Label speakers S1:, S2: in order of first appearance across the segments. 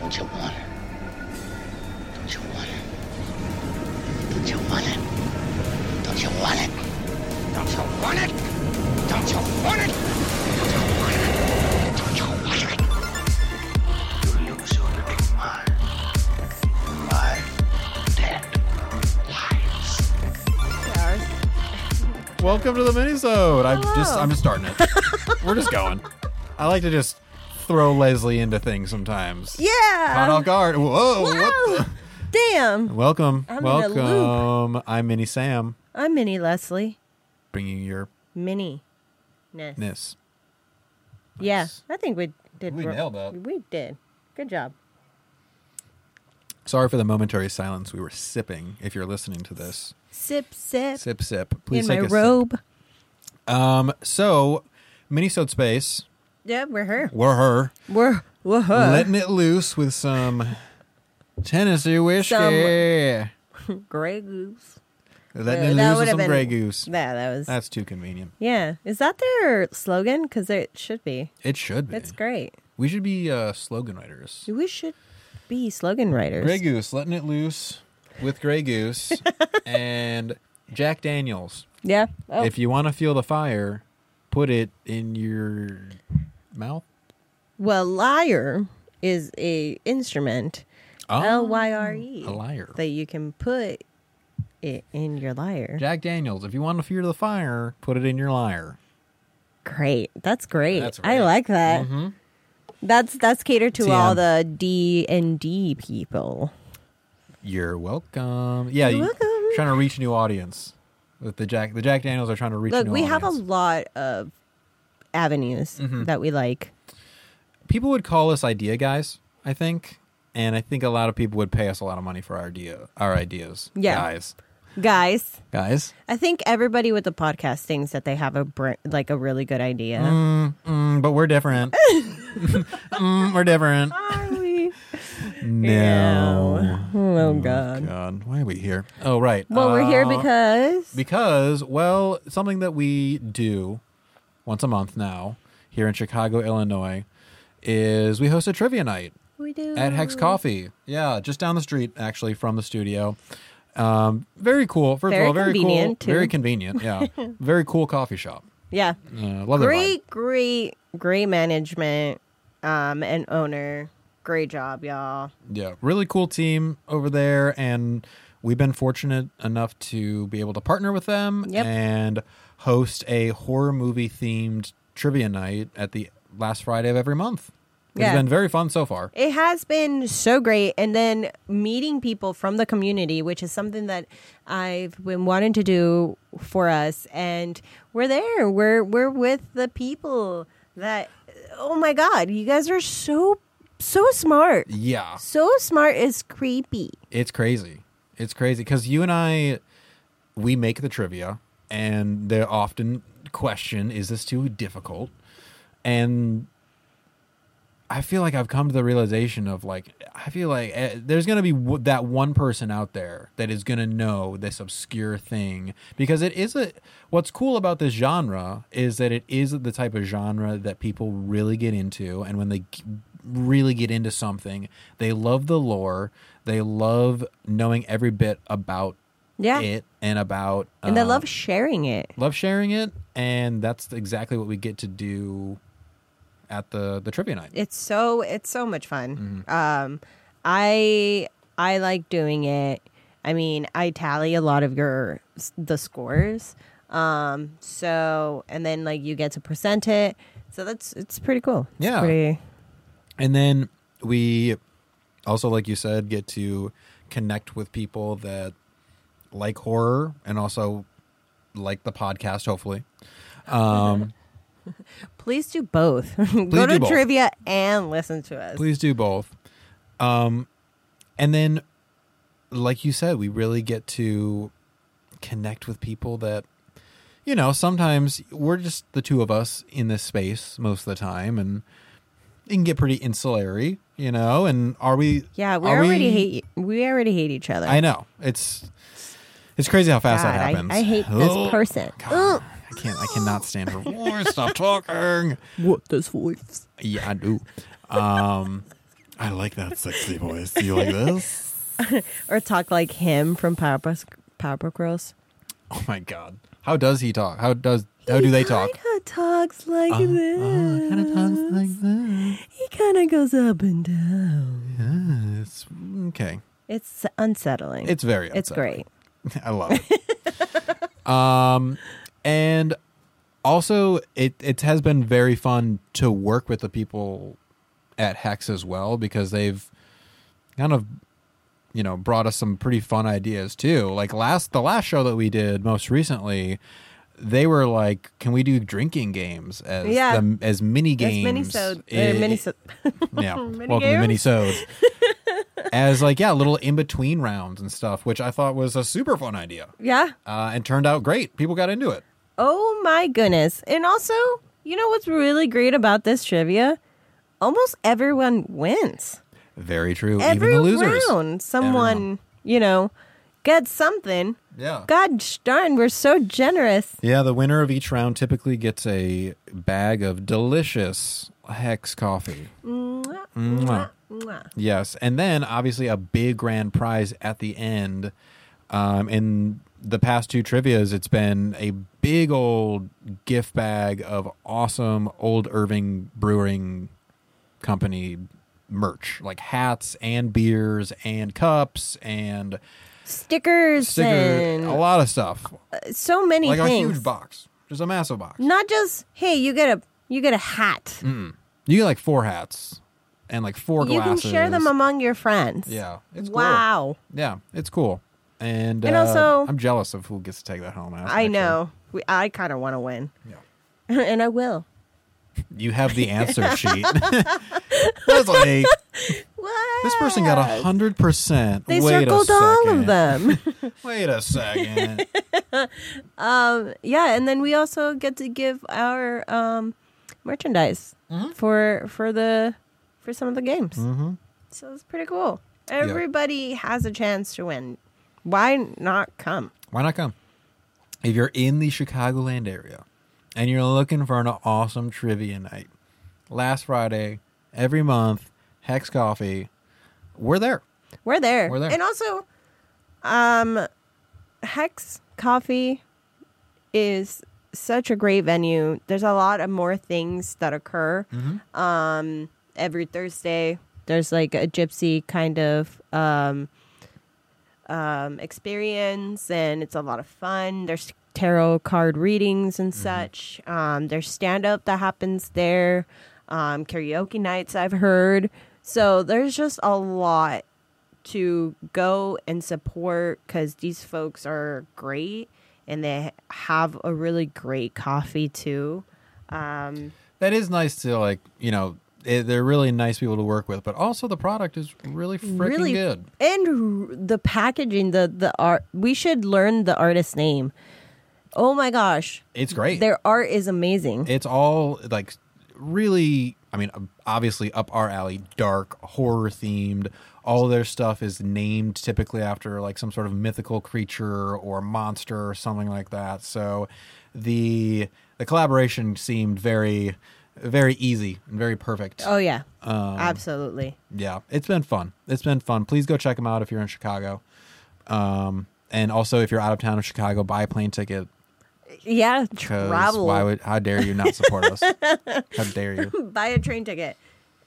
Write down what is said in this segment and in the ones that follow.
S1: Don't you want it? Don't you want it? Don't you want it? Don't you want it? Don't you want it? Don't you want it? Don't you want it? Don't you want it? You lose your living mind. Five, dead lives.
S2: Welcome to the minisode. I'm just
S3: Hello.
S2: I'm just starting it. We're just going. I like to just throw Leslie into things sometimes. Caught
S3: Yeah.
S2: off guard. Whoa. What
S3: Wow. Damn.
S2: the? Welcome.
S3: I'm in a loop.
S2: Welcome. I'm Mini Sam,
S3: I'm Minnie Leslie.
S2: bringing your
S3: Minnie. Ness.
S2: ness.
S3: Yeah.
S2: Nice.
S3: I think we did.
S2: We
S3: ro-
S2: nailed that.
S3: We did. Good job.
S2: Sorry for the momentary silence. We were sipping. If you're listening to this,
S3: Sip, sip.
S2: sip, sip. Please
S3: in
S2: take
S3: my
S2: a
S3: robe.
S2: sip. Um. So, minisode space.
S3: Yeah, we're her.
S2: We're her
S3: We're, we're her.
S2: letting it loose with some Tennessee whiskey.
S3: Grey goose.
S2: Letting
S3: Yeah, that
S2: it loose with
S3: would've
S2: some
S3: been-
S2: Grey Goose.
S3: Yeah, that was.
S2: That's too convenient.
S3: yeah. Is that their slogan? Because it should be.
S2: It should be.
S3: It's great.
S2: We should be uh, slogan writers.
S3: We should be slogan writers.
S2: Grey Goose, letting it loose with Grey Goose and Jack Daniels.
S3: Yeah. Oh.
S2: If you want to feel the fire, put it in your mouth.
S3: well, lyre is a instrument.
S2: Oh,
S3: L Y R E.
S2: a liar.
S3: That you can put it in your lyre.
S2: Jack Daniels, if you want to feel the fire, put it in your liar.
S3: Great. That's great.
S2: That's Mm-hmm.
S3: I
S2: right.
S3: like that. That's that's catered to all
S2: TM.
S3: the D and D people.
S2: You're welcome. Yeah,
S3: You're
S2: you-
S3: welcome.
S2: Trying to reach a new audience. With the Jack, the Jack Daniels are trying to reach. a
S3: Look,
S2: new
S3: we have a
S2: audience. Mm-hmm.
S3: lot of avenues that we like.
S2: people would call us idea guys, I think. And I think a lot of people would pay us a lot of money for our idea our ideas.
S3: Yeah.
S2: Guys.
S3: Guys,
S2: Guys.
S3: I think everybody with the podcast thinks that they have a br- like a really good idea.
S2: Mm, but we're different. mm, we're different.
S3: Are we?
S2: No.
S3: Oh god.
S2: God, why are we here? Oh right.
S3: Well, we're here
S2: Uh,
S3: because
S2: because well, something that we do once a month now here in Chicago, Illinois, is we host a trivia night.
S3: we do
S2: at Hex Coffee. Yeah, just down the street actually from the studio. Um, very cool. First
S3: Very
S2: of all, very cool.
S3: convenient, too.
S2: Very convenient. Yeah, very cool coffee shop.
S3: Yeah.
S2: Uh, love their vibe.
S3: great, great, great management um, and owner. Great job, y'all.
S2: Yeah, really cool team over there, and we've been fortunate enough to be able to partner with them
S3: Yep.
S2: and host a horror movie themed trivia night at the last Friday of every month. It's
S3: Yeah.
S2: been very fun so far.
S3: It has been so great. And then meeting people from the community, which is something that I've been wanting to do for us. And we're there. We're we're with the people that oh my God, you guys are so so smart.
S2: Yeah.
S3: So smart is creepy.
S2: It's crazy. It's crazy because you and I, we make the trivia, and they often question, "Is this too difficult?" And I feel like I've come to the realization of like, I feel like eh, there's gonna be w- that one person out there that is gonna know this obscure thing because it is a. What's cool about this genre is that it is the type of genre that people really get into, and when they g- really get into something, they love the lore, they love knowing every bit about
S3: Yeah.
S2: it and about
S3: and they
S2: um,
S3: love sharing it.
S2: love sharing it, and that's exactly what we get to do at the the trivia night.
S3: it's so it's so much fun.
S2: Mm-hmm.
S3: Um, I I like doing it. I mean, I tally a lot of your the scores. Um, so and then like you get to present it. So that's it's pretty cool. It's
S2: Yeah.
S3: pretty-
S2: And then we also, like you said, get to connect with people that like horror and also like the podcast, hopefully. Um,
S3: please do both.
S2: do
S3: Go to
S2: both.
S3: trivia and listen to us.
S2: please do both. Um, and then, like you said, we really get to connect with people that, you know, sometimes we're just the two of us in this space most of the time and it can get pretty insulary, you know, and are we.
S3: Yeah, we
S2: are
S3: already hate we already hate each other.
S2: I know. It's it's crazy how fast
S3: God,
S2: that happens.
S3: I, I hate
S2: Ugh.
S3: this person.
S2: God, I can't. I cannot stand her voice. Stop talking.
S3: What this voice?
S2: Yeah, I do. Um, I like that sexy voice. Do you like this?
S3: or talk like him from Powerpuff Powerpuff Girls.
S2: Oh my god. How does he talk? How does how do they talk? Uh-huh.
S3: Kinda talks like this.
S2: kind of talks like that.
S3: he kind of goes up and down.
S2: Yeah, it's okay.
S3: It's unsettling.
S2: It's very
S3: It's
S2: upsetting.
S3: great.
S2: I love it. um, and also, it it has been very fun to work with the people at Hex as well because they've kind of you know brought us some pretty fun ideas too. Like last the last show that we did most recently. They were like, "Can we do drinking games as
S3: Yeah.
S2: the, as mini
S3: It's
S2: games?"
S3: mini so
S2: It-
S3: mini
S2: yeah.
S3: Mini
S2: Welcome to
S3: games?
S2: mini sodes. As like yeah, little in between rounds and stuff, which I thought was a super fun idea,
S3: Yeah.
S2: uh, and turned out great. People got into it.
S3: Oh my goodness. And also, you know what's really great about this trivia? Almost everyone wins.
S2: Very true.
S3: Every
S2: Even the losers.
S3: round, someone,
S2: Everyone.
S3: you know, gets something.
S2: Yeah.
S3: God darn, we're so generous.
S2: Yeah. The winner of each round typically gets a bag of delicious hex coffee.
S3: Mwah,
S2: Mwah.
S3: mwah.
S2: Yes, and then obviously a big grand prize at the end. Um, in the past two trivia's, it's been a big old gift bag of awesome old Irving Brewing Company merch, like hats and beers and cups and
S3: Stickers
S2: stickers,
S3: and
S2: a lot of stuff,
S3: so many
S2: like
S3: things.
S2: a huge box, just a massive box.
S3: Not just hey, you get a you get a hat.
S2: You get like four hats and like four
S3: You can
S2: glasses.
S3: share them among your friends.
S2: Yeah, it's cool.
S3: wow.
S2: Yeah, it's cool. And,
S3: And
S2: uh,
S3: also-
S2: I'm jealous of who gets to take that home.
S3: I know. We, I kind of want to win,
S2: Yeah.
S3: and I will.
S2: You have the answer sheet. Leslie,
S3: What?
S2: this person got a hundred percent.
S3: They
S2: Wait
S3: circled
S2: a
S3: all
S2: second.
S3: of them.
S2: Wait a second.
S3: Um, yeah, and then we also get to give our um, merchandise
S2: Mm-hmm.
S3: for for the for some of the games. Mm-hmm. So it's pretty cool. Everybody has a chance to win. Why not come?
S2: Why not come? If you're in the Chicagoland area and you're looking for an awesome trivia night, last Friday, every month, Hex Coffee, we're there.
S3: We're there.
S2: We're there.
S3: And also, um, Hex Coffee is such a great venue. There's a lot of more things that occur.
S2: Mm-hmm.
S3: Um, every Thursday, there's like a gypsy kind of um, um, experience, and it's a lot of fun. There's tarot card readings
S2: Mm-hmm.
S3: and such. Um, there's stand up that happens there, um, karaoke nights, I've heard. So there's just a lot to go and support because these folks are great and they have a really great coffee too. Um,
S2: That is nice to like, you know, eh, they're really nice people to work with, but also the product is really freaking
S3: really
S2: good.
S3: And r- the packaging, the the art. We should learn the artist's name. Oh my gosh,
S2: It's great.
S3: their art is amazing.
S2: it's all like really i mean obviously up our alley dark horror themed all their stuff is named typically after like some sort of mythical creature or monster or something like that so the the collaboration seemed very very easy and very perfect
S3: oh yeah,
S2: um,
S3: absolutely.
S2: yeah it's been fun it's been fun please go check them out if you're in chicago um and also if you're out of town of chicago buy a plane ticket
S3: Yeah,
S2: 'cause
S3: travel.
S2: why would how dare you not support us how dare you
S3: buy a train ticket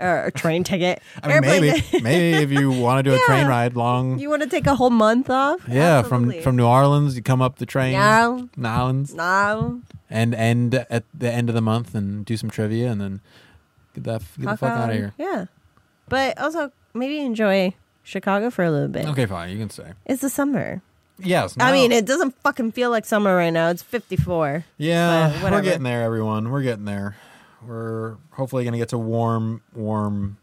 S3: or a train ticket?
S2: I mean,
S3: Airplane
S2: maybe
S3: ticket.
S2: maybe if you want to do a train
S3: Yeah.
S2: ride long,
S3: You want to take a whole month off?
S2: yeah,
S3: Absolutely.
S2: from from New Orleans, you come up the train,
S3: Yeah.
S2: New Orleans,
S3: No.
S2: and end at the end of the month and do some trivia, and then get that get the fuck out of
S3: on.
S2: here.
S3: Yeah. But also maybe enjoy Chicago for a little bit.
S2: Okay, fine, you can say
S3: It's the summer.
S2: yes.
S3: I
S2: no.
S3: mean, it doesn't fucking feel like summer right now. It's 54. but
S2: yeah, we're
S3: whatever.
S2: getting there, everyone. We're getting there. We're hopefully gonna get to warm, warm,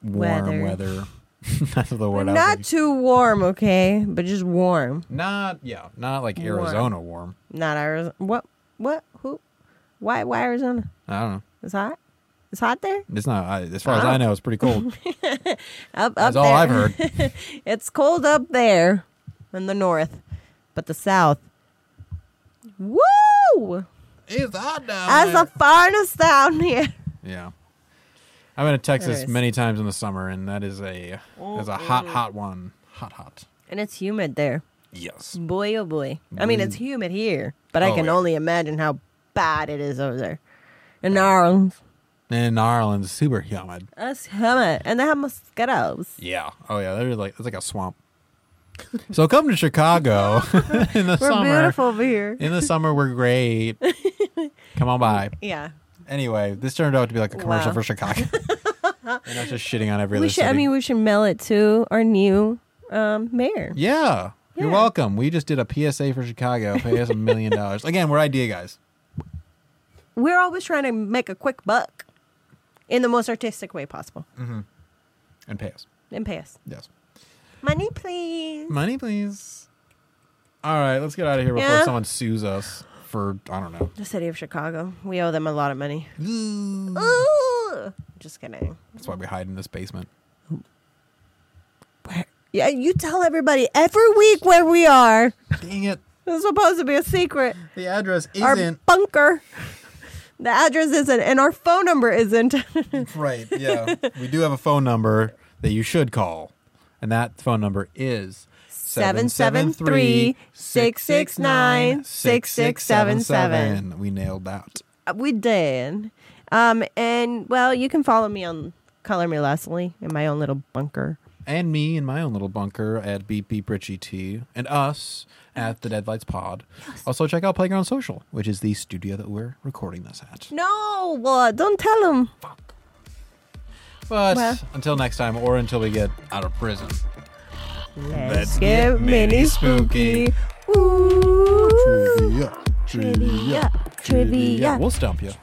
S2: warm
S3: Weather.
S2: weather. That's the word. I was
S3: Not
S2: thinking.
S3: too warm, okay? But just warm.
S2: not yeah, not like
S3: Warm.
S2: Arizona warm.
S3: Not Arizona. What? What? Who? Why? Why Arizona?
S2: I don't know.
S3: It's hot. It's hot there.
S2: It's not. I, as far as
S3: Ah.
S2: I know, it's pretty cold.
S3: Up, up
S2: That's all
S3: there.
S2: I've heard.
S3: It's cold up there in the north, but the south. Woo!
S2: It's hot down
S3: That's the farthest down here.
S2: Yeah. I've been to Texas
S3: Nice.
S2: many times in the summer, and that is a that's a hot, hot one. Hot, hot.
S3: And it's humid there.
S2: Yes.
S3: Boy, oh boy. I mean, it's humid here, but I
S2: Oh,
S3: can
S2: yeah.
S3: only imagine how bad it is over there. In Ireland,
S2: In Ireland, super humid.
S3: it's humid, and they have mosquitoes.
S2: Yeah. Oh yeah. They're like it's like a swamp. So come to Chicago in the
S3: We're
S2: summer.
S3: beautiful over here.
S2: In the summer, we're great. come on by.
S3: Yeah.
S2: Anyway, this turned out to be like a commercial
S3: Wow.
S2: for Chicago. and I was just shitting on every
S3: we
S2: other
S3: should. I
S2: city.
S3: mean, we should mail it to our new um, mayor.
S2: yeah. You're
S3: Yeah.
S2: welcome. We just did a PSA for Chicago. Pay us a million dollars. Again, we're idea guys.
S3: We're always trying to make a quick buck in the most artistic way possible.
S2: Mm. And pay us.
S3: And pay us
S2: Yes.
S3: money, please.
S2: Money, please. All right, let's get out of here before
S3: Yeah.
S2: someone sues us for, I don't know.
S3: The city of Chicago. We owe them a lot of money.
S2: That's
S3: Ooh. Just kidding.
S2: why we hide in this basement.
S3: Yeah, you tell everybody every week where we are.
S2: Dang it.
S3: It's supposed to be a secret.
S2: The address
S3: Our bunker. The address isn't, and our phone number isn't.
S2: right. Yeah. we do have a phone number that you should call. And that phone number is
S3: 773-669-6677.
S2: We nailed that.
S3: we did. Um, and well, you can follow me on Color Me Leslie in my own little bunker.
S2: and me in my own little bunker at Beep Beep Richie T, and us at the Deadlights Pod. Also, check out Playground Social, which is the studio that we're recording this at.
S3: No, well, don't tell them.
S2: But
S3: Well-
S2: until next time, or until we get out of prison.
S3: Let's get mini spooky. Ooh.
S2: Yeah.
S3: Trivia, trivia.
S2: We'll stump you.